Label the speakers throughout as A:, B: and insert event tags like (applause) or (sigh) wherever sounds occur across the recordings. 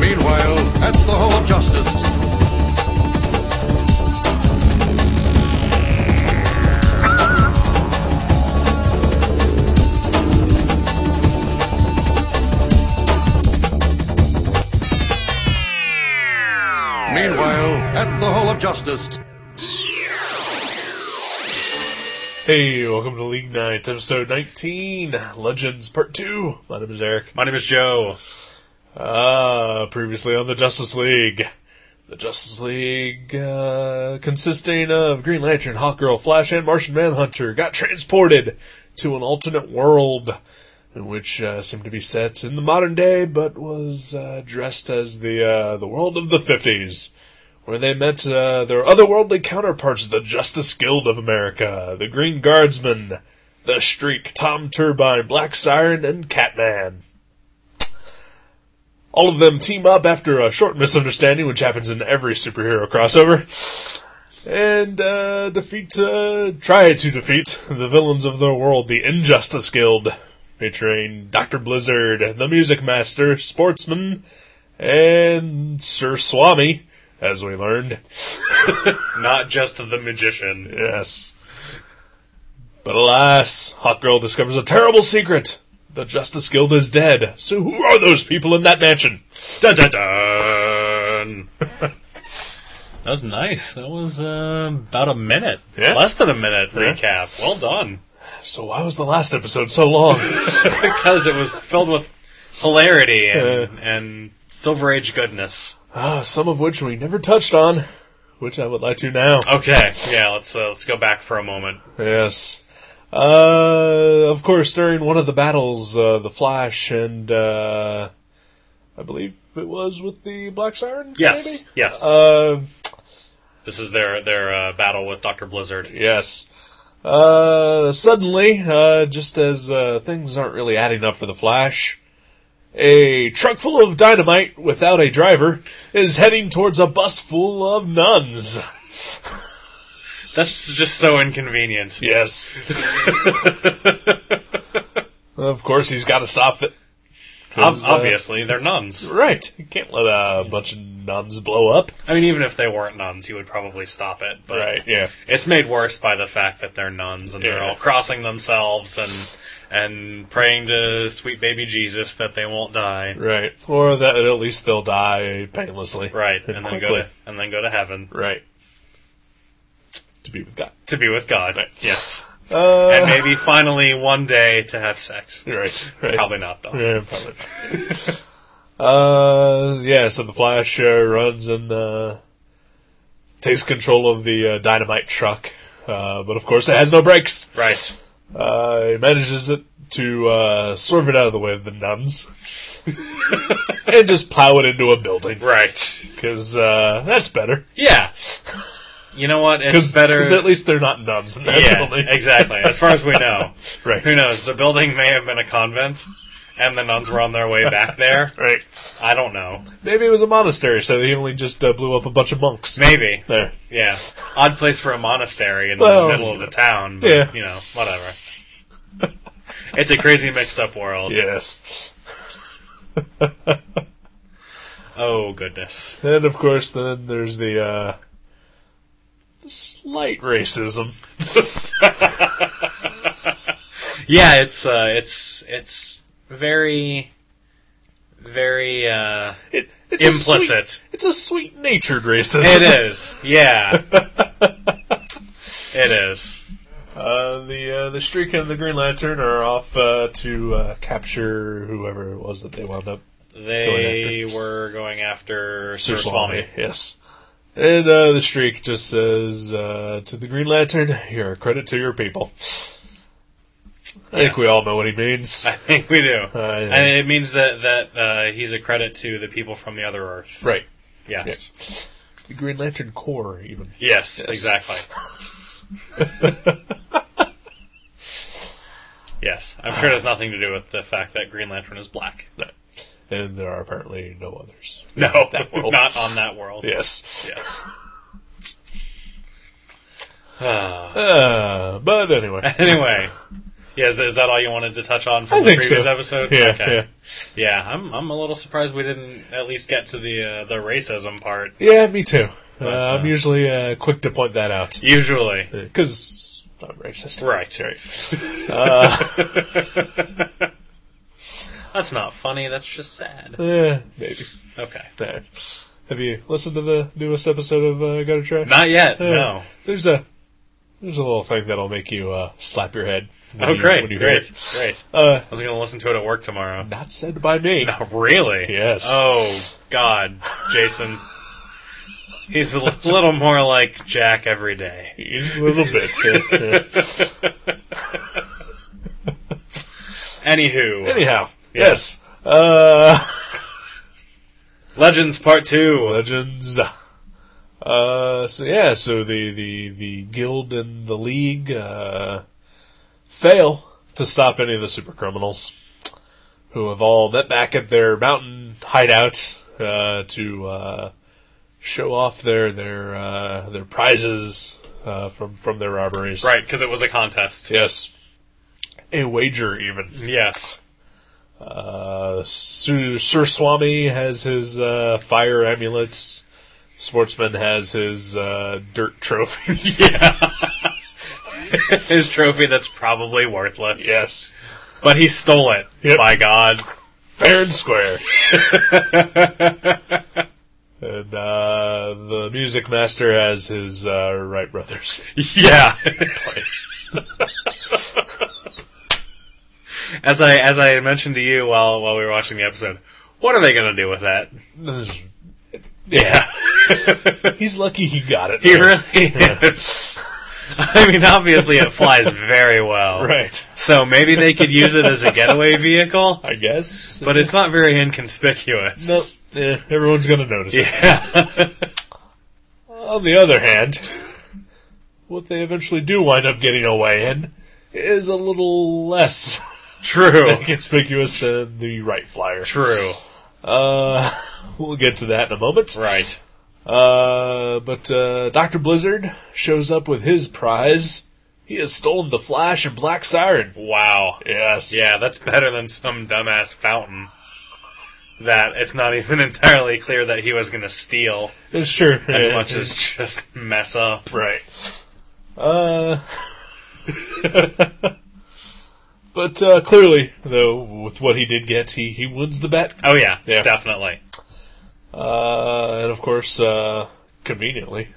A: Meanwhile, at the Hall of Justice. Meanwhile, at the Hall of Justice.
B: Hey, welcome to League Nights, episode 19, Legends Part 2. My name is Eric.
C: My name is Joe.
B: Uh, previously on the Justice League. The Justice League, uh, consisting of Green Lantern, Hawkgirl, Flash, and Martian Manhunter, got transported to an alternate world, in which uh, seemed to be set in the modern day, but was uh, dressed as the uh, the world of the 50s, where they met uh, their otherworldly counterparts, the Justice Guild of America, the Green Guardsmen, the Streak, Tom Turbine, Black Siren, and Catman. All of them team up after a short misunderstanding, which happens in every superhero crossover, and uh, defeat, uh, try to defeat the villains of their world, the Injustice Guild, featuring Dr. Blizzard, the Music Master, Sportsman, and Sir Swami, as we learned.
C: (laughs) Not just the magician.
B: Yes. But alas, Hawkgirl discovers a terrible secret. The Justice Guild is dead, so who are those people in that mansion?
C: Dun dun (laughs) dun. that was nice. That was uh, about a minute,
B: Yeah.
C: less than a minute recap. Well (laughs) done,
B: So why was the last episode so
C: (laughs)
B: long?
C: because it was filled with hilarity and, and Silver Age goodness.
B: Ah, some of which we never touched on, which I would like to now.
C: Okay, yeah. Let's uh, let's go back for a moment.
B: Yes. Uh, of course, during one of the battles, uh, the Flash and uh, I believe it was with the Black Siren.
C: Yes,
B: maybe?
C: yes.
B: Uh,
C: this is their their uh, battle with Doctor Blizzard.
B: Yes. Uh, suddenly, uh, just as uh, things aren't really adding up for the Flash, a truck full of dynamite without a driver is heading towards a bus full of nuns.
C: That's just so inconvenient.
B: Yes. (laughs) of course, he's got to stop it.
C: Ob-
B: 'Cause, uh,
C: obviously, they're nuns.
B: right. You can't let a bunch of nuns blow up.
C: I mean, even if they weren't nuns, he would probably stop it. But
B: Yeah.
C: It's made worse by the fact that they're nuns and they're
B: Yeah.
C: all crossing themselves and and praying to sweet baby Jesus that they won't die.
B: Right. Or that at least they'll die painlessly.
C: Right, and then go
B: quickly.
C: to, and then go to heaven
B: Right. To be with God.
C: to be with God. Yes,
B: Uh,
C: and maybe finally one day to have sex.
B: Eh, Right, right.
C: Probably not though.
B: Yeah, probably. (laughs) uh, yeah, so the Flash uh, runs and uh, takes control of the uh, dynamite truck. Uh, but of course, it has no brakes.
C: Right.
B: Uh, he manages it to uh, swerve it out of the way of the
C: (laughs)
B: nuns and just plow it into a building
C: Right.
B: because uh, that's better.
C: Yeah. You know what? It's
B: Because
C: better.
B: at least they're not nuns in that
C: yeah,
B: building.
C: exactly. As far as we know,
B: (laughs) Right.
C: who knows? The building may have been a convent, and the nuns were on their way
B: (laughs)
C: back there.
B: Right.
C: I don't know.
B: Maybe it was a monastery, so he only just uh, blew up a bunch of monks.
C: Maybe.
B: There.
C: Yeah. Odd place for a monastery in
B: Well,
C: the middle of the town, but,
B: yeah.
C: you know, whatever. it's a crazy mixed up world.
B: Yes.
C: Oh, goodness. (laughs)
B: And of course, then there's the, uh, the slight racism.
C: yeah, it's, uh, it's, it's very, very, uh,
B: It, it's A
C: Implicit.
B: sweet, it's a sweet-natured racism.
C: it is. Yeah. it is.
B: Uh, the uh, the streak and the Green Lantern are off uh, to uh, capture whoever it was that they wound up.
C: They were going after Sir Swami.
B: yes. And uh, the streak just says uh, to the Green Lantern, "You're a credit to your people." I think
C: Yes.
B: we all know what he
C: (laughs)
B: means.
C: (laughs) I think we do.
B: yeah.
C: And it means that, that, uh, he's a credit to the people from the other Earth.
B: right.
C: Yes.
B: The Green Lantern Corps, even.
C: Yes, exactly. Yes, I'm sure it has nothing to do with the fact that Green Lantern is black.
B: No. And there are apparently no others.
C: No,
B: That world.
C: not on that world.
B: Yes.
C: Yes.
B: Uh, but anyway.
C: Anyway, yes, is that all you wanted to touch on from
B: I
C: the
B: think
C: previous
B: so.
C: episode?
B: Yeah,
C: (laughs) okay. yeah. I'm I'm a little surprised we didn't at least get to the uh, the racism part.
B: Yeah, me too. Uh,
C: That's, uh,
B: I'm usually uh, quick to point that out.
C: Usually,
B: Because I'm racist.
C: Right.
B: right.
C: that's not funny. That's just sad.
B: Eh, maybe.
C: Okay.
B: No. Have you listened to the newest episode of uh, Gutter Trash?
C: Not yet.
B: Uh,
C: No. Oh,
B: There's a there's a little thing that'll make you uh, slap your head. when
C: Oh,
B: you-
C: great,
B: when you hear
C: great,
B: it.
C: great.
B: Uh,
C: I was going to listen to it at work tomorrow.
B: not said by me.
C: Oh, really?
B: Yes.
C: Oh, God, Jason. He's a little more like Jack every day.
B: A little bit. yeah, yeah.
C: (laughs) Anywho,
B: Anyhow, yes.
C: Yes.
B: Uh,
C: Legends Part 2.
B: legends. Uh, so yeah, so the the the guild and the league uh, fail to stop any of the super criminals, who have all met back at their mountain hideout uh, to uh, show off their their uh, their prizes uh, from from their robberies.
C: Right, because it was a contest.
B: Yes. A wager, even.
C: Yes.
B: Uh, Su- Sir Swami has his uh, fire amulets. Sportsman has his uh, dirt trophy.
C: His trophy that's probably worthless.
B: yes,
C: But he stole it.
B: Yep.
C: By God.
B: (laughs) fair and square. and uh, the music master has his uh, Wright
C: (laughs)
B: brothers.
C: Yeah. as I as I mentioned to you while while we were watching the episode, what are they gonna do with that?
B: yeah, he's lucky he got it.
C: (laughs) He really is. I mean, obviously it flies very well.
B: (laughs) right,
C: So maybe they could use it as a getaway vehicle,
B: I guess.
C: but it's not very inconspicuous.
B: Nope. Yeah, everyone's gonna notice. it.
C: Yeah.
B: On the other hand, what they eventually do wind up getting away in is a little less (laughs)
C: True.
B: conspicuous than the right flyer.
C: True.
B: Uh, (laughs) we'll get to that in a moment.
C: Right.
B: Uh, but uh, Doctor Blizzard shows up with his prize. He has stolen the Flash and Black Siren.
C: Wow.
B: Yes.
C: Yeah, that's better than some dumbass fountain that it's not even (laughs) entirely clear that he was going to steal
B: it's true.
C: as much as just mess up.
B: Right. Uh. (laughs) but uh, clearly, though, with what he did get, he, he wins the bet.
C: Oh yeah,
B: Yeah.
C: definitely.
B: Uh, and of course, uh, conveniently,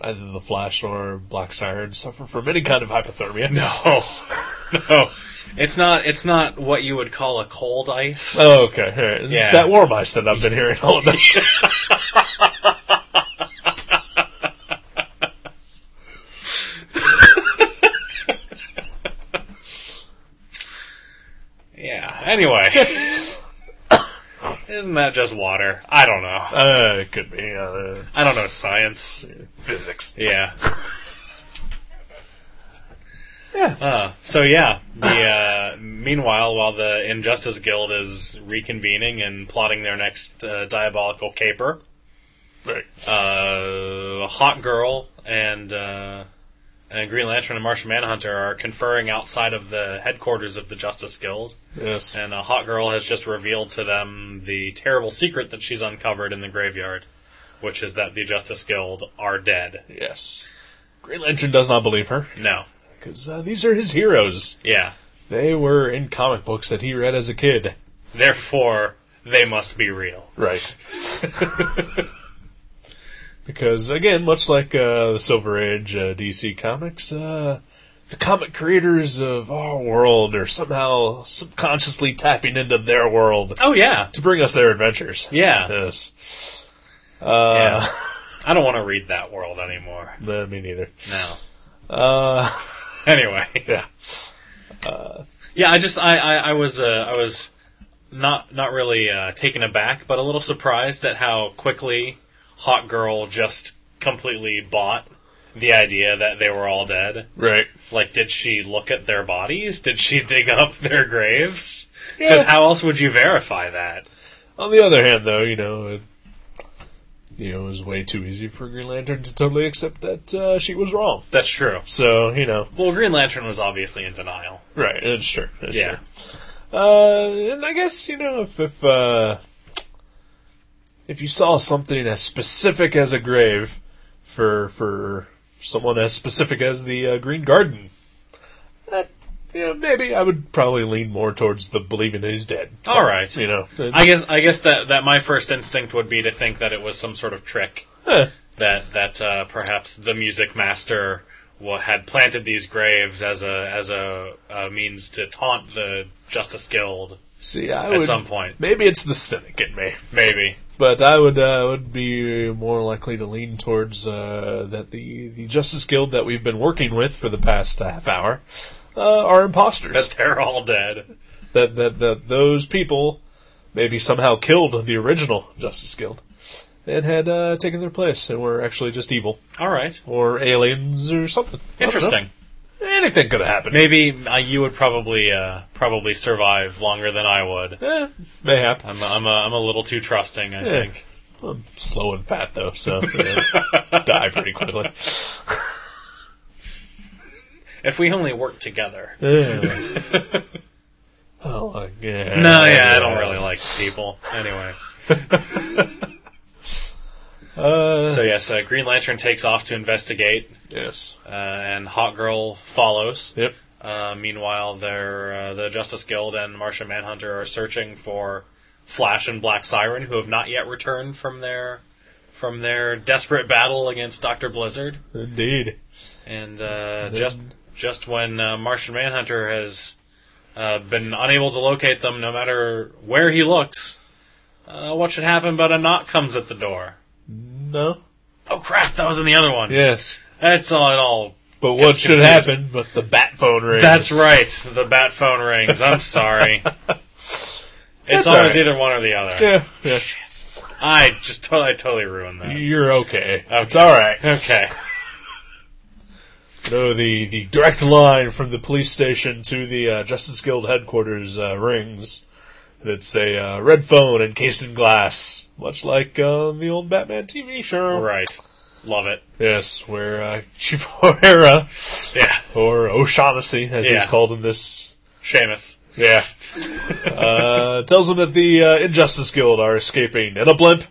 B: neither the Flash nor Black Siren suffer from any kind of hypothermia.
C: No. Oh, (laughs) no. It's not it's not what you would call a cold ice.
B: Oh, okay. all right. It's
C: Yeah.
B: that warm ice that I've been hearing all about.
C: Yeah. Anyway. (coughs) Isn't that just water? I don't
B: (laughs)
C: know.
B: uh, it could be. Uh,
C: I don't know science.
B: physics.
C: Yeah.
B: Yeah.
C: Uh, so yeah, the uh, meanwhile, while the Injustice Guild is reconvening and plotting their next uh, diabolical caper,
B: Right.
C: uh, Hot Girl and uh, and Green Lantern and Martian Manhunter are conferring outside of the headquarters of the Justice Guild,
B: Yes.
C: and uh, Hot Girl has just revealed to them the terrible secret that she's uncovered in the graveyard, which is that the Justice Guild are dead.
B: Yes. Green Lantern does not believe her
C: No,
B: because uh, these are his heroes.
C: yeah.
B: They were in comic books that he read as a kid.
C: Therefore, they must be real.
B: Right. (laughs) because again, much like uh, the Silver Age uh, DC comics, uh, the comic creators of our world are somehow subconsciously tapping into their world
C: Oh yeah,
B: to bring us their adventures.
C: yeah. Uh.
B: Yes.
C: yeah. I don't want to read that world anymore.
B: No, me neither.
C: No.
B: Uh,
C: (laughs) Anyway, Uh,
B: yeah.
C: yeah. I just I I, I was uh, I was not not really uh, taken aback, but a little surprised at how quickly Hot Girl just completely bought the idea that they were all dead.
B: Right.
C: Like, did she look at their bodies? Did she (laughs) dig up their graves? Because
B: Yeah.
C: how else would you verify that?
B: On the other hand, though, you know, it, you know, it was way too easy for Green Lantern to totally accept that uh, she was wrong.
C: That's true.
B: So you know,
C: Well, Green Lantern was obviously in denial.
B: right? It's true. It's
C: Yeah.
B: True. Uh, and I guess you know if if uh, if you saw something as specific as a grave for for someone as specific as the uh, Green Garden, that you know maybe I would probably lean more towards the believing that he's dead.
C: All right.
B: You know,
C: I guess I guess that, that my first instinct would be to think that it was some sort of trick
B: Huh.
C: that that uh, perhaps the music master wa had planted these graves as a as a, a means to taunt the Justice Guild
B: see, I
C: at
B: would.
C: some point.
B: Maybe it's the cynic in me.
C: Maybe
B: But I would uh, would be more likely to lean towards uh, that the the Justice Guild that we've been working with for the past half hour uh, are imposters.
C: that they're all dead.
B: that, that that those people maybe somehow killed the original Justice Guild and had uh, taken their place and were actually just evil
C: All right.
B: or aliens or something. I don't know.
C: Interesting.
B: Anything could have happened.
C: Maybe uh, you would probably uh, probably survive longer than I would.
B: Eh, may happen.
C: I'm I'm a, I'm a little too trusting. I
B: Yeah.
C: think.
B: I'm slow and fat though, so uh, die pretty quickly.
C: If we only work together.
B: oh
C: (laughs)
B: my god.
C: No, yeah, I don't really like people. Anyway.
B: Uh,
C: So yes, (laughs) uh, Green Lantern takes off to investigate,
B: yes.
C: uh, and Hot Girl follows.
B: Yep.
C: Uh, meanwhile, they're, uh, the Justice Guild and Martian Manhunter are searching for Flash and Black Siren, who have not yet returned from their from their desperate battle against Doctor Blizzard.
B: Indeed.
C: And uh, just just when uh, Martian Manhunter has uh, been unable to locate them, no matter where he looks, uh, what should happen? But a knock comes at the door.
B: No.
C: Oh crap! That was in the other one.
B: Yes.
C: That's all. It all.
B: But what
C: Gets
B: should
C: confused.
B: happen? But the bat phone rings.
C: That's right. The bat phone rings.
B: (laughs)
C: I'm sorry. it's
B: That's
C: always
B: alright.
C: either one or the other.
B: Yeah. yeah.
C: I just totally, I totally ruined that.
B: You're okay. Oh, It's all right.
C: Okay.
B: No, the the direct line from the police station to the uh, Justice Guild headquarters uh, rings. That's a uh, red phone encased in glass, much like um, the old Batman TV show.
C: Right. Love it.
B: Yes, where uh, (laughs) Chief O'Hara
C: Yeah.
B: or O'Shaughnessy, as
C: Yeah.
B: he's called in this.
C: Seamus.
B: Yeah. uh, tells him that the uh, Injustice Guild are escaping in a blimp.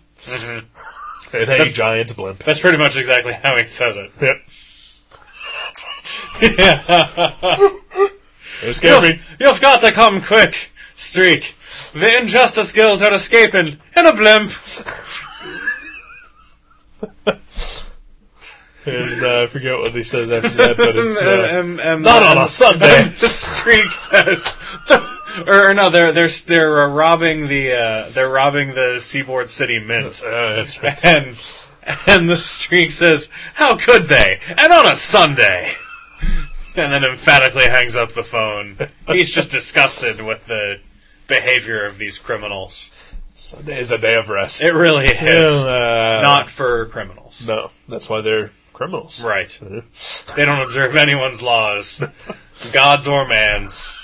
B: In a giant blimp.
C: Mm-hmm. That's pretty much exactly how he says it.
B: (laughs) Yep. They're escaping.
C: You've got to come quick, Streak. The Injustice Guild are escaping in a blimp.
B: And uh, I forget what he says after that, but it's. Uh,
C: (laughs) and, Uh, and, and,
B: not on a Sunday!
C: um, (laughs) the streak says, (laughs) or, or no, they're they're they're uh, robbing the uh, they're robbing the Seaboard City Mint,
B: Uh, that's right.
C: and and the streak says, "How could they?" And on a Sunday, and then emphatically hangs up the phone. He's just disgusted with the behavior of these criminals.
B: Sunday is a day of rest.
C: It really is
B: Uh,
C: not for criminals,
B: No, that's why they're criminals.
C: right? They don't observe anyone's laws, God's or man's.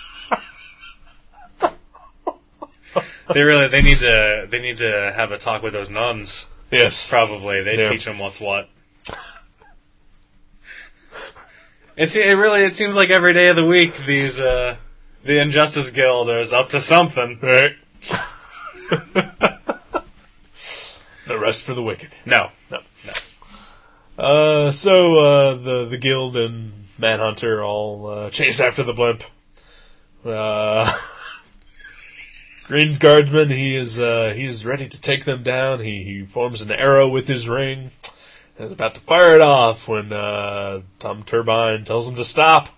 C: They really they need to they need to have a talk with those nuns.
B: Yes.
C: Probably they
B: Yeah.
C: teach them what's what. It se- it really it seems like every day of the week these uh, the Injustice Guild is up to something.
B: Right. (laughs) the rest for the wicked.
C: No,
B: No. No. Uh, so uh, the the guild and Manhunter all uh, chase after the blimp. Uh, (laughs) Green guardsman, he is uh, he is ready to take them down. He he forms an arrow with his ring. and is about to fire it off when uh, Tom Turbine tells him to stop.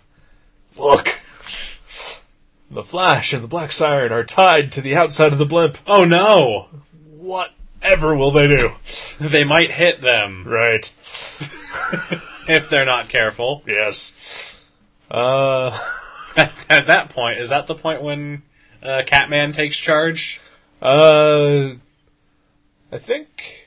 B: Look. The Flash and the Black Siren are tied to the outside of the blimp.
C: oh no,
B: Whatever will they do?
C: they might hit them
B: Right.
C: if they're not careful.
B: Yes. Uh,
C: At that point, is that the point when uh, Catman takes charge?
B: uh, I think,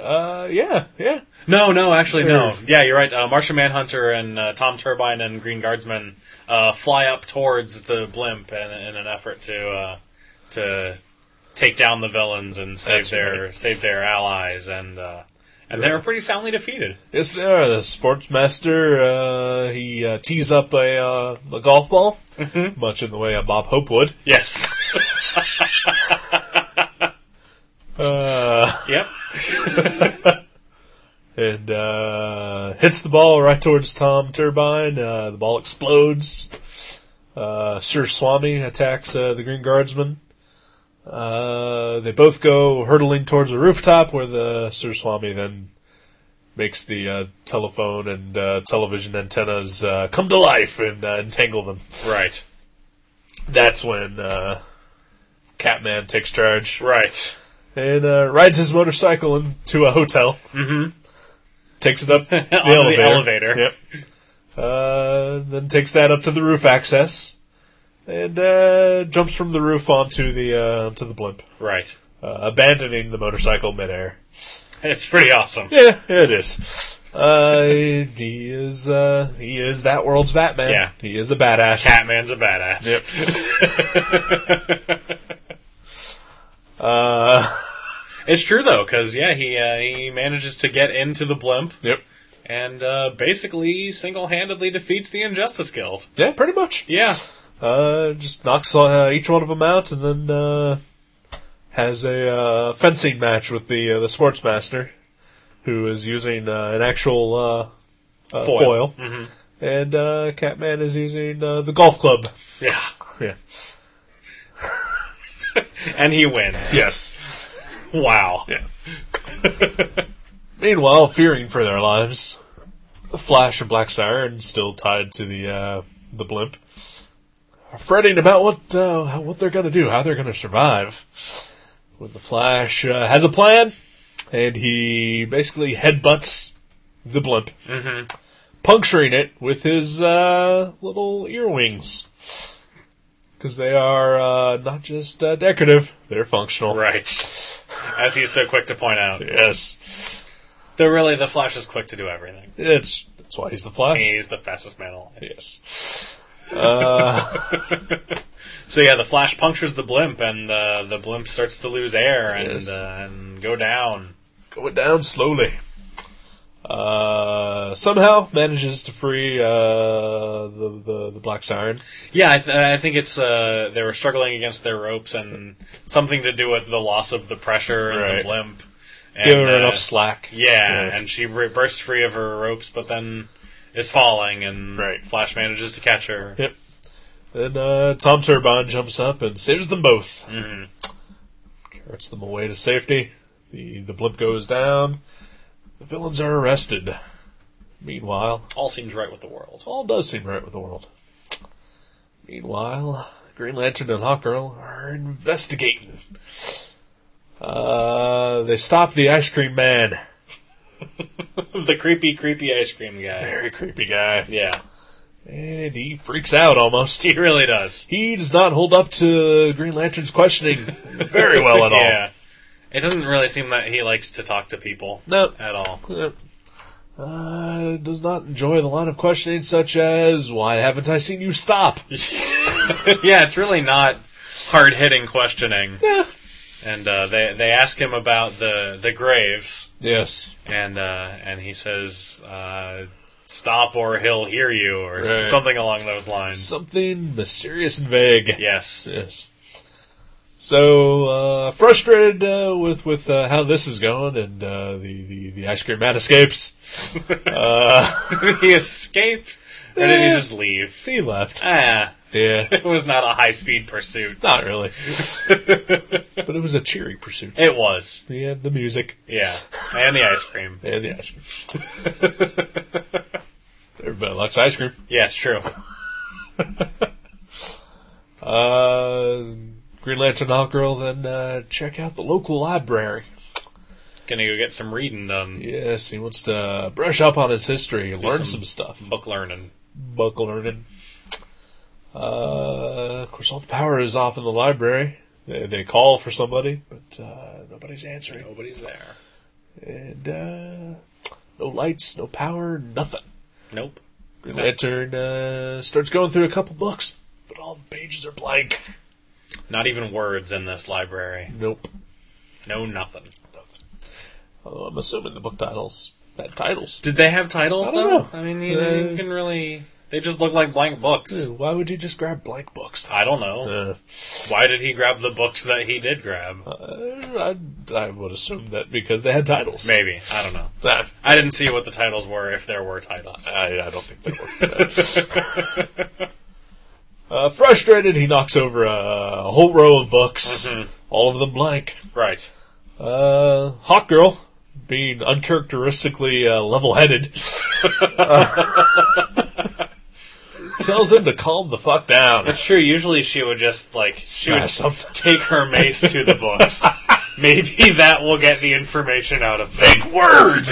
B: Uh, yeah, yeah.
C: No, no, actually, no.
B: Or-
C: Yeah, you're right. Uh, Martian Manhunter and uh, Tom Turbine and Green Guardsman uh, fly up towards the blimp in, in an effort to uh, to take down the villains and save
B: That's
C: their
B: right.
C: save their allies, and uh, and they were pretty soundly defeated.
B: Yes, they are. The sportsmaster, uh, he uh, tees up a, uh, a golf ball, much in the way a Bob Hope would.
C: Yes.
B: Uh,
C: (laughs) yep.
B: and uh, hits the ball right towards Tom Turbine. Uh, the ball explodes. Uh, Sir Swami attacks uh, the Green Guardsman. Uh, they both go hurtling towards the rooftop, where the Sir Swami then makes the uh, telephone and uh, television antennas uh, come to life and uh, entangle them.
C: Right.
B: That's when uh, Catman takes charge
C: Right.
B: and uh, rides his motorcycle into a hotel. Mm-hmm. Takes it
C: (laughs)
B: up the
C: Onto the
B: elevator.
C: elevator.
B: Yep. Uh, then takes that up to the roof access, and uh, jumps from the roof onto the uh, onto the blimp,
C: Right.
B: uh, abandoning the motorcycle midair.
C: It's pretty awesome.
B: Yeah, it is. Uh, he is uh, he is that world's Batman.
C: Yeah.
B: he is a badass.
C: Catman's a badass.
B: Yep.
C: (laughs)
B: Uh,
C: It's true though, because yeah, he uh, he manages to get into the blimp
B: yep.
C: and uh, basically single-handedly defeats the Injustice Guild.
B: Yeah, pretty much.
C: Yeah.
B: Uh, just knocks uh, each one of them out, and then uh, has a uh, fencing match with the uh, the sportsmaster, who is using uh, an actual uh, uh,
C: Foil.
B: foil, and uh, Catman is using uh, the golf club.
C: Yeah.
B: Yeah.
C: And he wins.
B: Yes.
C: Wow.
B: Yeah. Meanwhile, fearing for their lives, Flash and Black Siren still tied to the uh, the blimp, are fretting about what uh, how- what they're gonna do, how they're gonna survive. When the Flash uh, has a plan, and he basically headbutts the blimp,
C: Mm-hmm.
B: puncturing it with his uh, little earwings. Because they are uh, not just uh, decorative, they're functional.
C: Right. As he's so quick to point out.
B: Yes.
C: Though really, the Flash is quick to do everything.
B: It's that's why he's the Flash.
C: He's the fastest man alive.
B: Yes.
C: So yeah, the Flash punctures the blimp, and uh, the blimp starts to lose air and,
B: Yes.
C: uh, and go down.
B: Going down slowly. Uh, somehow manages to free uh, the, the the Black Siren.
C: Yeah, I, th- I think it's uh, they were struggling against their ropes and something to do with the loss of the pressure and the
B: Right.
C: blimp.
B: Give her
C: And, uh,
B: enough slack.
C: Yeah,
B: Yeah.
C: and she re- bursts free of her ropes, but then is falling, and
B: Right.
C: Flash manages to catch her.
B: Yep. Then uh, Tom Turbine jumps up and saves them both. Mm-hmm. Carrots them away to safety. The the blimp goes down. The villains are arrested. Meanwhile,
C: All seems right with the world.
B: all does seem right with the world. Meanwhile, Green Lantern and Hawkgirl are investigating. Uh, they stop the ice cream man.
C: the creepy, creepy ice cream guy.
B: Very creepy guy.
C: Yeah, (laughs)
B: And he freaks out almost.
C: he really does.
B: He does not hold up to Green Lantern's questioning very well at all.
C: (laughs) yeah. It doesn't really seem that he likes to talk to people
B: No.
C: at all.
B: Uh, does not enjoy the line of questioning such as, why haven't I seen you stop?
C: yeah, it's really not hard hitting questioning.
B: Yeah.
C: And uh, they they ask him about the the graves,
B: Yes.
C: and uh, and he says, uh, "Stop, or he'll hear you," or
B: Right.
C: something along those lines.
B: Something mysterious and vague.
C: yes.
B: Yes. So uh, frustrated uh, with with uh, how this is going, and uh, the, the the ice cream man escapes.
C: Did (laughs) he escape? Or did he
B: Yeah.
C: just leave?
B: He left.
C: Ah,
B: Yeah, (laughs)
C: it was not a high speed pursuit.
B: not really. (laughs) but it was a cheery pursuit.
C: It was.
B: He had the music
C: Yeah. And the ice cream.
B: and the ice cream. (laughs) Everybody likes ice cream.
C: Yeah, it's true.
B: Uh, Green Lantern Hawk Girl then uh, check out the local library.
C: Gonna go get some reading done.
B: Yes, he wants to brush up on his history, learn
C: some-
B: some stuff.
C: Book learning.
B: Buck learning. Uh, of course, all the power is off in the library. They, they call for somebody, but uh, nobody's answering.
C: Nobody's there.
B: and uh, no lights, no power, nothing.
C: Nope.
B: Green Lantern uh, starts going through a couple books, but all the pages are blank.
C: Not even words in this library.
B: Nope.
C: No nothing.
B: Although Oh, I'm assuming the book titles had titles.
C: Did they have titles
B: I don't
C: though?
B: know.
C: I mean, you,
B: Uh,
C: you can really. They just look like blank books.
B: Dude, Why would you just grab blank books?
C: I don't know.
B: Uh,
C: Why did he grab the books that he did grab?
B: I, I would assume that because they had titles.
C: Maybe. I don't know.
B: Nah,
C: I didn't see what the titles were, if there were titles.
B: I, I don't think that worked. uh, frustrated, he knocks over a, a whole row of books, all of them blank.
C: Right.
B: Uh, Hawk Girl, being uncharacteristically uh, level headed, tells him to calm the fuck down.
C: It's true, usually she would just, like, she would
B: Smash something.
C: take her mace to
B: (laughs)
C: the books. Maybe that will get the information out of them.
B: Word!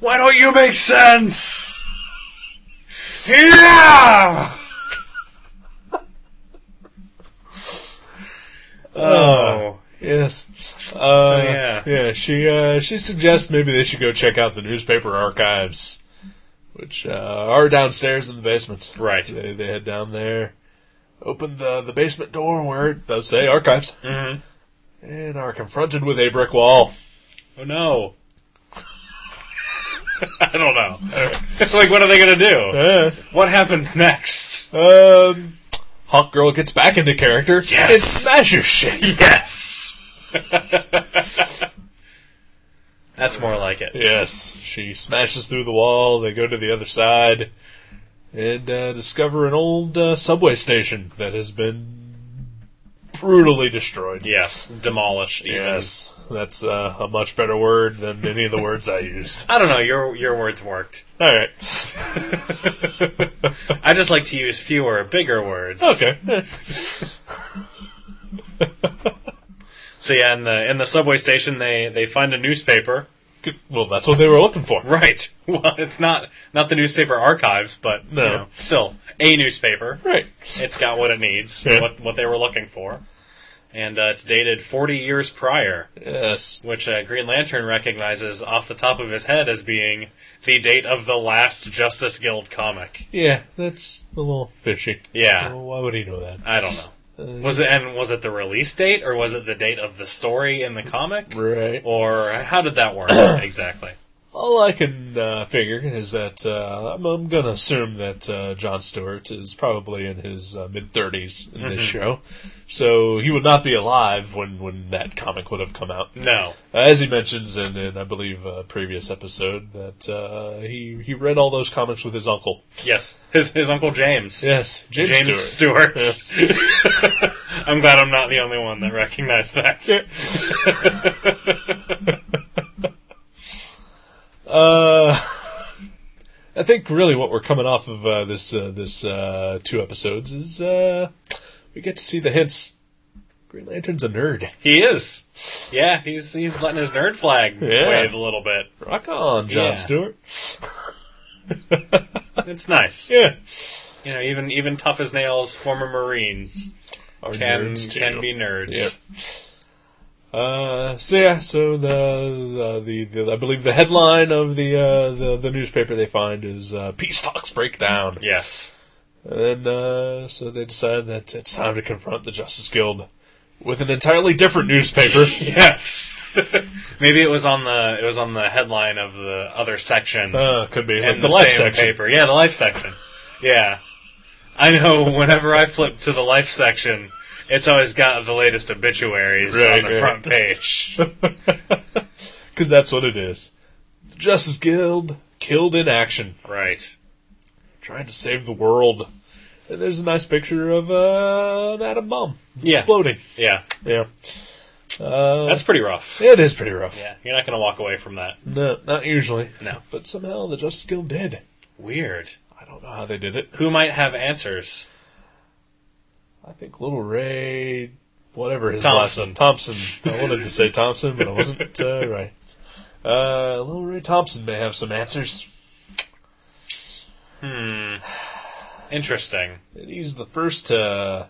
C: Why don't you make sense? Yeah! (laughs) Oh.
B: Yes. Uh,
C: yeah.
B: She uh, she suggests maybe they should go check out the newspaper archives, which uh, are downstairs in the basement.
C: Right.
B: They they head down there, open the the basement door where it does say archives,
C: Mhm.
B: and are confronted with a brick wall.
C: Oh no. (laughs) I don't know. (laughs) like, what are they gonna do?
B: Eh.
C: What happens next?
B: Um. Hawk Girl gets back into character
C: Yes.
B: and smashes shit.
C: (laughs) Yes! (laughs) That's more like it.
B: Yes, she smashes through the wall. They go to the other side and uh, discover an old uh, subway station that has been brutally destroyed.
C: Yes, demolished. Even.
B: Yes, that's uh, a much better word than any of the words I used. (laughs)
C: I don't know. Your your words worked.
B: All right,
C: I just like to use fewer, bigger words.
B: okay.
C: So yeah, in the uh, in the subway station, they they find a newspaper. (laughs)
B: Good. Well, that's what they were looking for.
C: Right. Well, it's not not the newspaper archives, but
B: No.
C: you know, still a newspaper.
B: Right.
C: It's got what it needs,
B: Yeah.
C: what what they were looking for, and uh, it's dated 40 years prior,
B: Yes.
C: which uh, Green Lantern recognizes off the top of his head as being the date of the last Justice Guild comic.
B: Yeah, that's a little fishy.
C: Yeah.
B: Well, why would he know that?
C: I don't know. Was it and was it the release date or was it the date of the story in the comic?
B: Right.
C: Or how did
B: (coughs)
C: that work exactly?
B: All I can uh, figure is that uh, I'm, I'm going to assume that uh, John Stewart is probably in his uh, mid 30s in this show, so he would not be alive when, when that comic would have come out. Uh,
C: No.
B: As he mentions in, in I believe, a previous episode, that uh, he he read all those comics with his uncle.
C: Yes. His his uncle James.
B: Yes, James,
C: James
B: Stewart.
C: Stewart. (laughs) I'm glad I'm not the only one that recognized that.
B: uh, I think really what we're coming off of uh, this uh, this uh, two episodes is uh, we get to see the hints. Green Lantern's a nerd.
C: He is. Yeah, he's he's letting his nerd flag
B: Yeah.
C: wave a little bit.
B: Rock on, John
C: Yeah.
B: Stewart.
C: It's nice.
B: Yeah,
C: You know, even even tough as nails former Marines
B: Are
C: can
B: nerds too.
C: can be nerds.
B: Yep. Uh, so yeah, so the, uh, the the the I believe the headline of the uh, the the newspaper they find is uh, peace talks break down,
C: Yes.
B: and uh, so they decide that it's time to confront the Justice Guild with an entirely different
C: (laughs)
B: newspaper.
C: Yes. (laughs) Maybe it was on the it was on the headline of the other section
B: uh, could be like
C: and
B: the,
C: the,
B: life
C: same
B: section.
C: paper. Yeah, the life section. yeah. I know whenever I flip to the life section, it's always got the latest obituaries
B: Right,
C: on the
B: right.
C: front page.
B: because that's what it is. The Justice Guild killed in action,
C: right.
B: trying to save the world. And there's a nice picture of uh, an atom bomb
C: Yeah.
B: exploding.
C: Yeah.
B: Yeah, uh,
C: That's pretty rough.
B: it is pretty rough.
C: Yeah. You're not going to walk away from that.
B: No, not usually.
C: No.
B: But somehow the Justice Guild did.
C: Weird.
B: I don't know how they did it.
C: Who might have answers?
B: I think Little Ray, whatever his last
C: Thompson.
B: name, Thompson. I wanted to say Thompson, but I wasn't uh,
C: (laughs)
B: right. Uh, Little Ray Thompson may have some answers.
C: Interesting.
B: And he's the first to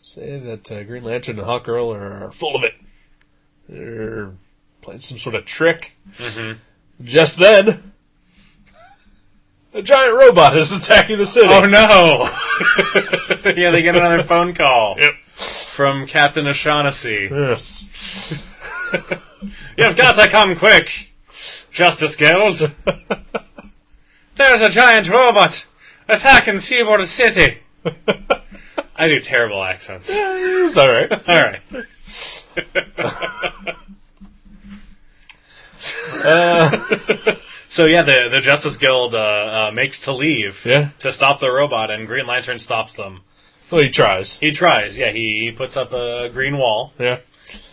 B: say that uh, Green Lantern and Hawkgirl are, are full of it. They're playing some sort of trick.
C: Mm-hmm.
B: Just then, a giant robot is attacking the city.
C: Oh no! (laughs) yeah, they get another phone call
B: Yep.
C: from Captain O'Shaughnessy.
B: Yes.
C: You've got to come quick, Justice Guild. (laughs) There's a giant robot attacking Seaboard City. I do terrible accents.
B: It was alright.
C: All right. so yeah, the the Justice Guild uh, uh, makes to leave
B: Yeah.
C: to stop the robot, and Green Lantern stops them.
B: Well, he tries.
C: He tries. Yeah, he, he puts up a green wall
B: Yeah.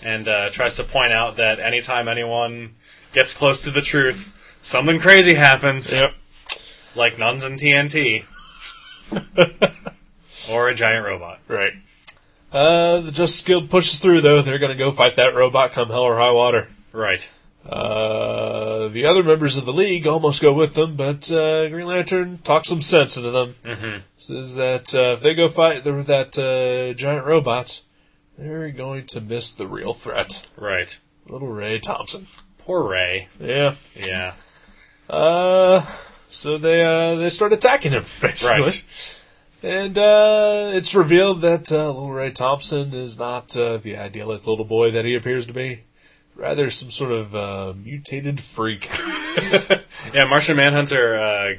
C: and uh, tries to point out that anytime anyone gets close to the truth, something crazy happens.
B: Yep.
C: Like nuns
B: (laughs)
C: and TNT, or a giant robot.
B: Right. Uh, the Justice Guild pushes through, though. They're going to go fight that robot come hell or high water.
C: Right.
B: Uh, the other members of the League almost go with them, but uh, Green Lantern talks some sense into them. Mm-hmm. Says that uh, if they go fight the, that uh, giant robot, they're going to miss the real threat.
C: Right.
B: Little Ray Thompson.
C: Poor Ray.
B: Yeah. (laughs)
C: Yeah.
B: Uh, so they uh, they start attacking him (laughs) basically,
C: Right.
B: and uh, it's revealed that uh, little Ray Thompson is not uh, the idyllic little boy that he appears to be. Rather, some sort of uh, mutated freak. (laughs)
C: Yeah, Martian Manhunter uh,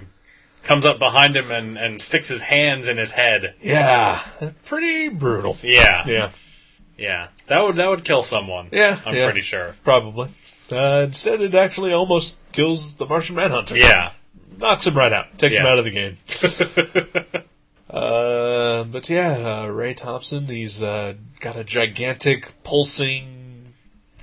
C: comes up behind him and, and sticks his hands in his head.
B: yeah, pretty brutal.
C: Yeah, yeah,
B: Yeah,
C: That would that would kill someone.
B: Yeah,
C: I'm
B: yeah.
C: pretty sure.
B: probably. Uh, instead, it actually almost kills the Martian Manhunter.
C: Yeah,
B: knocks him right out, takes him
C: Yeah.
B: out of the
C: (laughs)
B: game. uh, but yeah, uh, Ray Thompson, he's uh, got a gigantic pulsing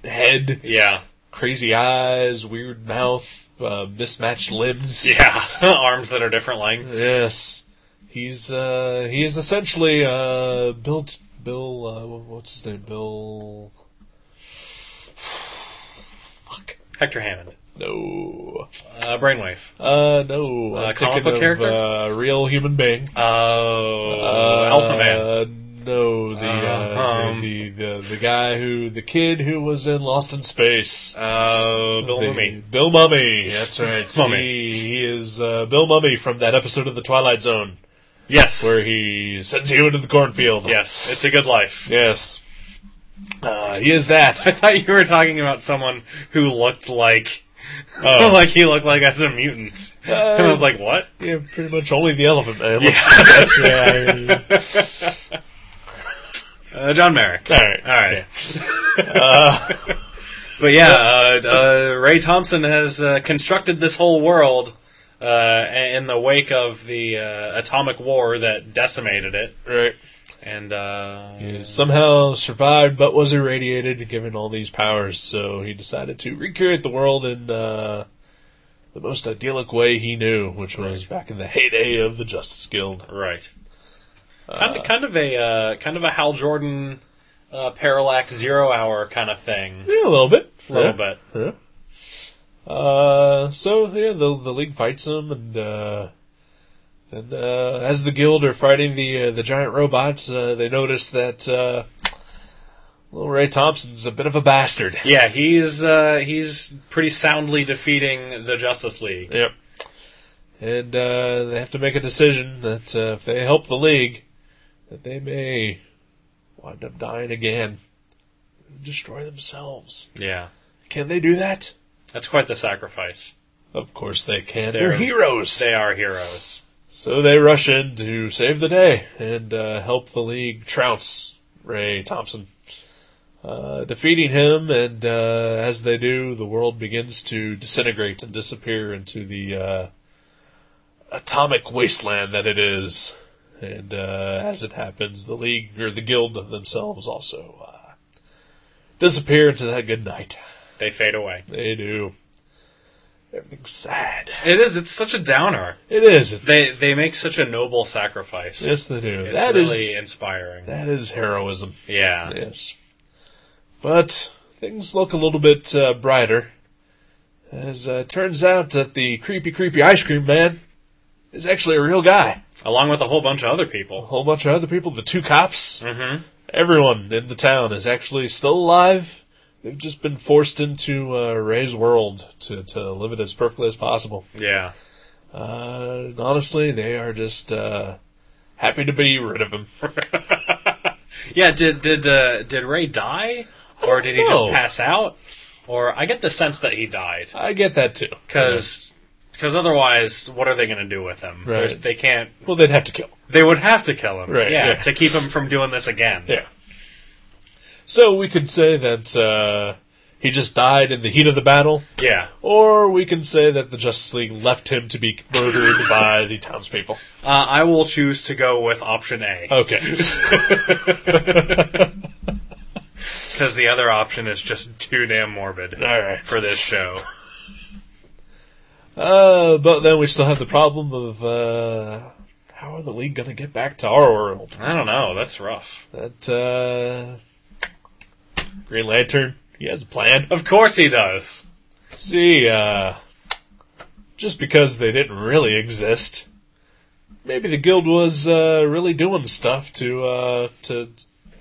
B: head, (laughs)
C: yeah,
B: crazy eyes, weird mouth, uh, mismatched limbs.
C: yeah. (laughs) Arms that are different lengths.
B: Yes, he's uh, he is essentially uh, Bill Bill uh, what's his name Bill. (sighs) Fuck.
C: Hector Hammond,
B: No,
C: uh, Brainwave.
B: uh, no.
C: Uh,
B: I'm
C: comic
B: thinking
C: book
B: of,
C: character?
B: uh, real human being.
C: Oh,
B: Uh,
C: Alpha Man.
B: No, the, uh,
C: Uh, um,
B: the the the guy who the kid who was in Lost in Space.
C: Oh, Bill
B: The-
C: Mumy.
B: Bill Mummy. That's right.
C: Mummy.
B: He, he is uh, Bill Mummy from that episode of The Twilight Zone
C: Yes,
B: where he sends you into the cornfield.
C: yes. It's a good life.
B: Yes. Uh, he is that.
C: (laughs) I thought you were talking about someone who looked like, (laughs) like he looked like as a mutant, and I was like, what?
B: yeah, pretty much only the elephant man. (laughs)
C: (laughs)
B: yeah.
C: Uh, John Merrick.
B: All right.
C: All right. but yeah, uh, uh, Ray Thompson has uh, constructed this whole world uh, in the wake of the uh, atomic war that decimated it,
B: Right.
C: and uh,
B: He somehow survived but was irradiated given all these powers, so he decided to recreate the world in uh, the most idyllic way he knew, which was back in the heyday of the Justice Guild.
C: right, kind of kind of a uh, kind of a Hal Jordan uh, parallax zero hour kind of thing,
B: Yeah, a little bit.
C: a little bit.
B: bit. Uh, so, yeah, the, the League fights him, and uh, then uh, as the Guild are fighting the, uh, the giant robots, uh, they notice that uh, little Ray Thompson's a bit of a bastard.
C: Yeah, he's uh, he's pretty soundly defeating the Justice League.
B: Yep. And uh, they have to make a decision that uh, if they help the league, that they may wind up dying again, destroy themselves.
C: Yeah,
B: Can they do that?
C: that's quite the sacrifice.
B: Of course they can.
C: They're-
B: They're, heroes.
C: They are heroes.
B: So they rush in to save the day and uh, help the league trounce Ray Thompson, uh, defeating him. And uh, as they do, the world begins to disintegrate and disappear into the uh, atomic wasteland that it is. And uh, as it happens, the league or the guild themselves also uh, disappear into that good night.
C: They fade away.
B: They do. Everything's sad.
C: It is. It's such a downer.
B: It is. It's,
C: They they make such a noble sacrifice.
B: yes, they do.
C: it's
B: That is.
C: really inspiring.
B: That is heroism.
C: Yeah.
B: Yes. But things look a little bit uh, brighter. As uh, turns out that the creepy, creepy ice cream man is actually a real guy.
C: Along with a whole bunch of other
B: A
C: people.
B: whole bunch of other people, the two cops,
C: Mm-hmm.
B: everyone in the town is actually still alive. They've just been forced into uh, Ray's world to, to live it as perfectly as possible.
C: Yeah.
B: Uh, and honestly, they are just uh, happy to be rid of him.
C: Yeah, did did uh, did Ray die, or did he just
B: know.
C: pass out? Or I get the sense that he died
B: I get that too.
C: because otherwise, what are they going to do with him?
B: Right.
C: There's- They can't.
B: well, they'd have to kill. him.
C: They would have to kill him,
B: Right,
C: Yeah,
B: yeah.
C: to keep him from doing this again.
B: Yeah. So we could say that uh, he just died in the heat of the battle,
C: Yeah.
B: or we can say that the Justice League left him to be murdered (laughs) by the townspeople.
C: Uh, I will choose to go with option A
B: Okay.
C: because the other option is just too damn morbid
B: All right.
C: for this show.
B: Uh, but then we still have the problem of uh, how are the League going to get back to our world?
C: I don't know. That's rough.
B: That uh, Green Lantern, he has a plan.
C: Of course he does.
B: See, uh, just because they didn't really exist, maybe the guild was uh, really doing stuff to uh, to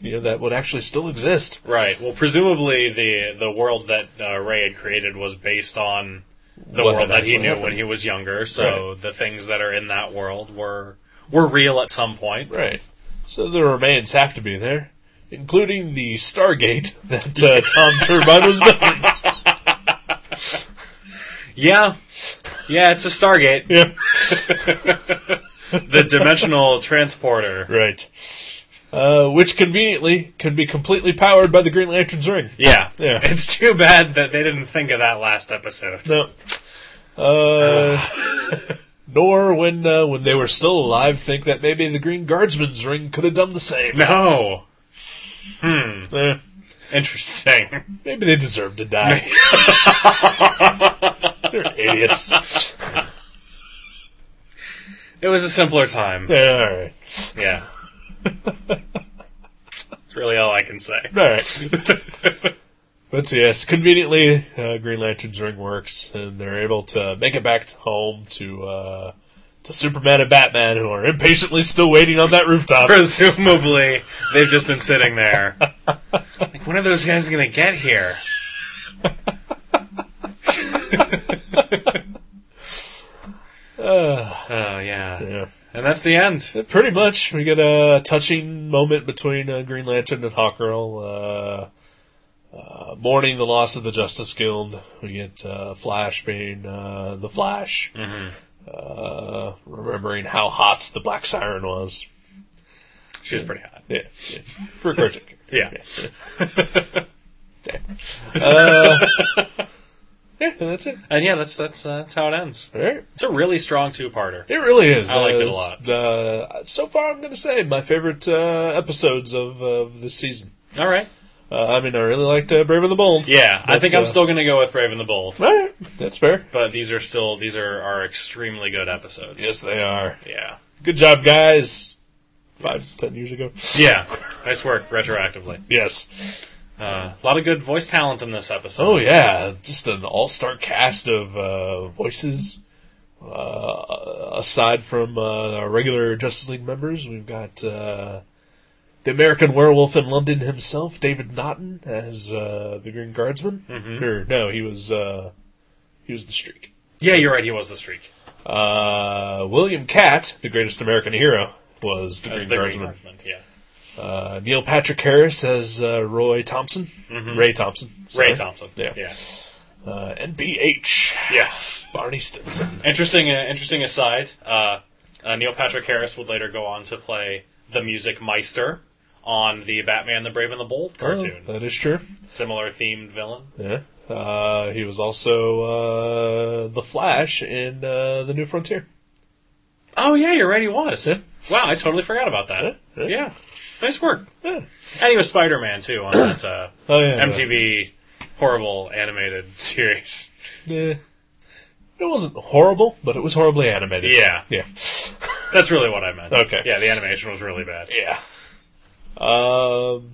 B: you know that would actually still exist.
C: Right. Well, presumably the the world that uh, Ray had created was based on the
B: What
C: world
B: had
C: that he
B: actually
C: knew
B: happened.
C: when he was younger. So the things that are in that world were were real at some point.
B: Right. So the remains have to be there, including the Stargate (laughs) that uh, Tom Turbine was building.
C: Yeah. Yeah, it's a Stargate,
B: Yeah.
C: the dimensional (laughs) transporter.
B: Right. Uh, which conveniently can be completely powered by the Green Lantern's ring.
C: Yeah.
B: Yeah.
C: It's too bad that they didn't think of that last episode.
B: No. Uh, nor when uh, when they were still alive, think that maybe the Green Guardsman's ring could have done the same.
C: No. Hmm.
B: Eh,
C: Interesting.
B: maybe they deserve to die. (laughs) They're idiots.
C: It was a simpler time.
B: Yeah, all right,
C: Yeah. That's really all I can say.
B: all right. But yes, conveniently, uh, Green Lantern's ring works, and they're able to make it back home to uh, to Superman and Batman, who are impatiently still waiting on that rooftop.
C: Presumably, they've just been sitting there. Like, when are those guys gonna get here? oh yeah.
B: Yeah.
C: and that's the end.
B: Pretty much, we get a touching moment between uh, Green Lantern and Hawkgirl, uh, uh, mourning the loss of the Justice Guild. We get uh, Flash being uh, the Flash,
C: Mm-hmm.
B: uh, remembering how hot the Black Siren was.
C: She's pretty hot.
B: Yeah, yeah. for Caretaker.
C: Yeah,
B: yeah, that's it.
C: and yeah, that's that's uh, that's how it ends.
B: All right.
C: It's a really strong two-parter.
B: It really is.
C: I liked
B: Uh,
C: it a lot.
B: Uh, so far, I'm going to say my favorite uh, episodes of of this season.
C: All right.
B: Uh, I mean, I really liked uh, Brave and the Bold.
C: Yeah, I
B: But,
C: think
B: uh,
C: I'm still gonna go with Brave and the Bold,
B: All right, that's fair.
C: but these are still these are are extremely good episodes.
B: Yes, they are.
C: Yeah.
B: Good job, guys. Five, ten years ago.
C: Yeah. nice work retroactively.
B: Yes.
C: Uh, a lot of good voice talent in this episode.
B: Oh yeah, just an all-star cast of uh, voices. Uh, aside from uh, our regular Justice League members, we've got uh, the American Werewolf in London himself, David Naughton, as uh, the Green Guardsman. Or no, he was uh, he was the Streak.
C: Yeah, you're right. He was the streak.
B: Uh, William Catt, the greatest American hero, was the,
C: As
B: Green,
C: the Green
B: Guardsman.
C: Guardsman, Yeah.
B: Uh, Neil Patrick Harris as uh, Roy Thompson, Ray Thompson,
C: Mm-hmm. Ray
B: sorry.
C: Thompson.
B: Yeah.
C: Yeah.
B: uh, and BH
C: Yes.
B: Barney Stinson.
C: Interesting. Uh, interesting aside. Uh, uh, Neil Patrick Harris would later go on to play the music Meister on the Batman: The Brave and the Bold cartoon.
B: Oh, that is true.
C: Similar themed villain.
B: Yeah. Uh, he was also uh, the Flash in uh, the New Frontier.
C: Oh yeah, you're right. He was.
B: Yeah.
C: Wow, I totally forgot about that.
B: Yeah, yeah.
C: Nice work.
B: Yeah.
C: And he was Spider-Man too on that uh,
B: (clears throat) Oh yeah.
C: MTV horrible animated (laughs) series.
B: Yeah. It wasn't horrible, but it was horribly animated.
C: Yeah.
B: Yeah.
C: That's really what I meant.
B: Okay.
C: Yeah, the animation was really bad.
B: Yeah. Um.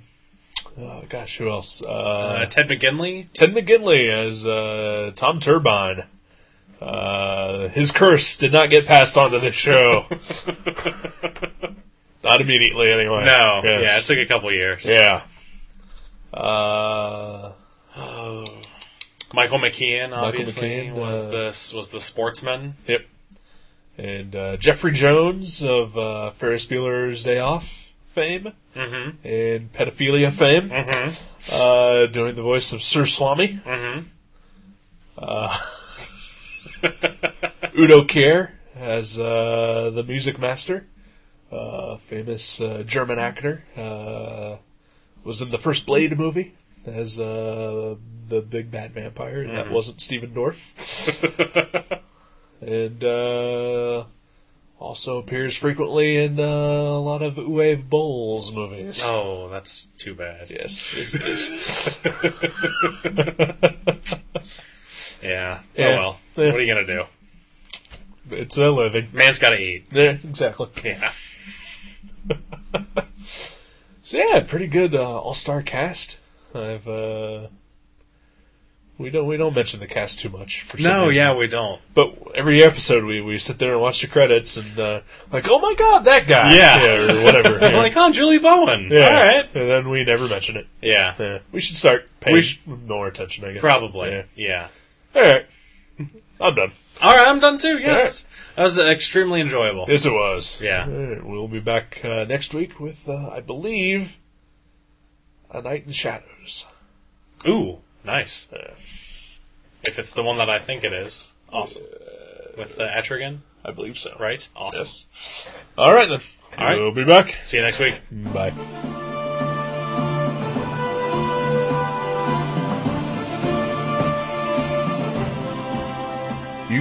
B: Oh, gosh, who else?
C: Uh,
B: Uh,
C: Ted McGinley.
B: Ted McGinley as uh, Tom Turbine.
C: (laughs)
B: Uh, his curse did not get passed on to this show. Not immediately, anyway.
C: No,
B: Yes.
C: yeah, it took a couple years.
B: Yeah. Uh,
C: Michael McKean obviously
B: McKean,
C: was
B: uh,
C: the was the sportsman.
B: yep. And uh, Jeffrey Jones of uh, Ferris Bueller's Day Off fame
C: Mm-hmm.
B: and pedophilia fame,
C: Mm-hmm.
B: uh, doing the voice of Sir Swami. Uh,
C: Mm-hmm.
B: (laughs) Udo Kier as uh, the music master, uh, famous uh, German actor, uh, was in the first Blade movie as uh, the big bad vampire. and
C: Mm-hmm.
B: That wasn't Stephen Dorff.
C: (laughs)
B: and uh, also appears frequently in uh, a lot of Uwe Boll's movies.
C: Oh, that's too bad. Yeah.
B: Yes, yes, it is.
C: Oh
B: Yeah.
C: well.
B: Yeah.
C: What are you gonna do?
B: it's a living.
C: Man's gotta eat.
B: Yeah, (laughs) exactly.
C: Yeah.
B: So yeah, pretty good uh, all-star cast. I've uh, we don't we don't mention the cast too much. For some
C: No,
B: reason.
C: yeah, we don't.
B: But every episode we, we sit there and watch the credits and uh, like, oh my god, that guy.
C: Yeah.
B: or
C: (laughs)
B: whatever.
C: I'm like, oh, Julie Bowen.
B: yeah.
C: All right.
B: And then we never mention it.
C: Yeah.
B: Yeah. We should start paying
C: We sh-
B: more attention. I guess
C: Probably.
B: Yeah.
C: yeah.
B: All right. I'm done.
C: All right, I'm done too.
B: All right.
C: Yes, that was extremely enjoyable.
B: Yes, it was.
C: Yeah.
B: All right, We'll be back uh, next week with, uh, I believe, A Night in the Shadows.
C: Ooh, nice. If it's the one that I think it is, awesome. With uh, Etrigan,
B: I believe so.
C: right? Awesome.
B: Yes. All right then.
C: All right.
B: We'll be back.
C: See you next week.
B: Bye. You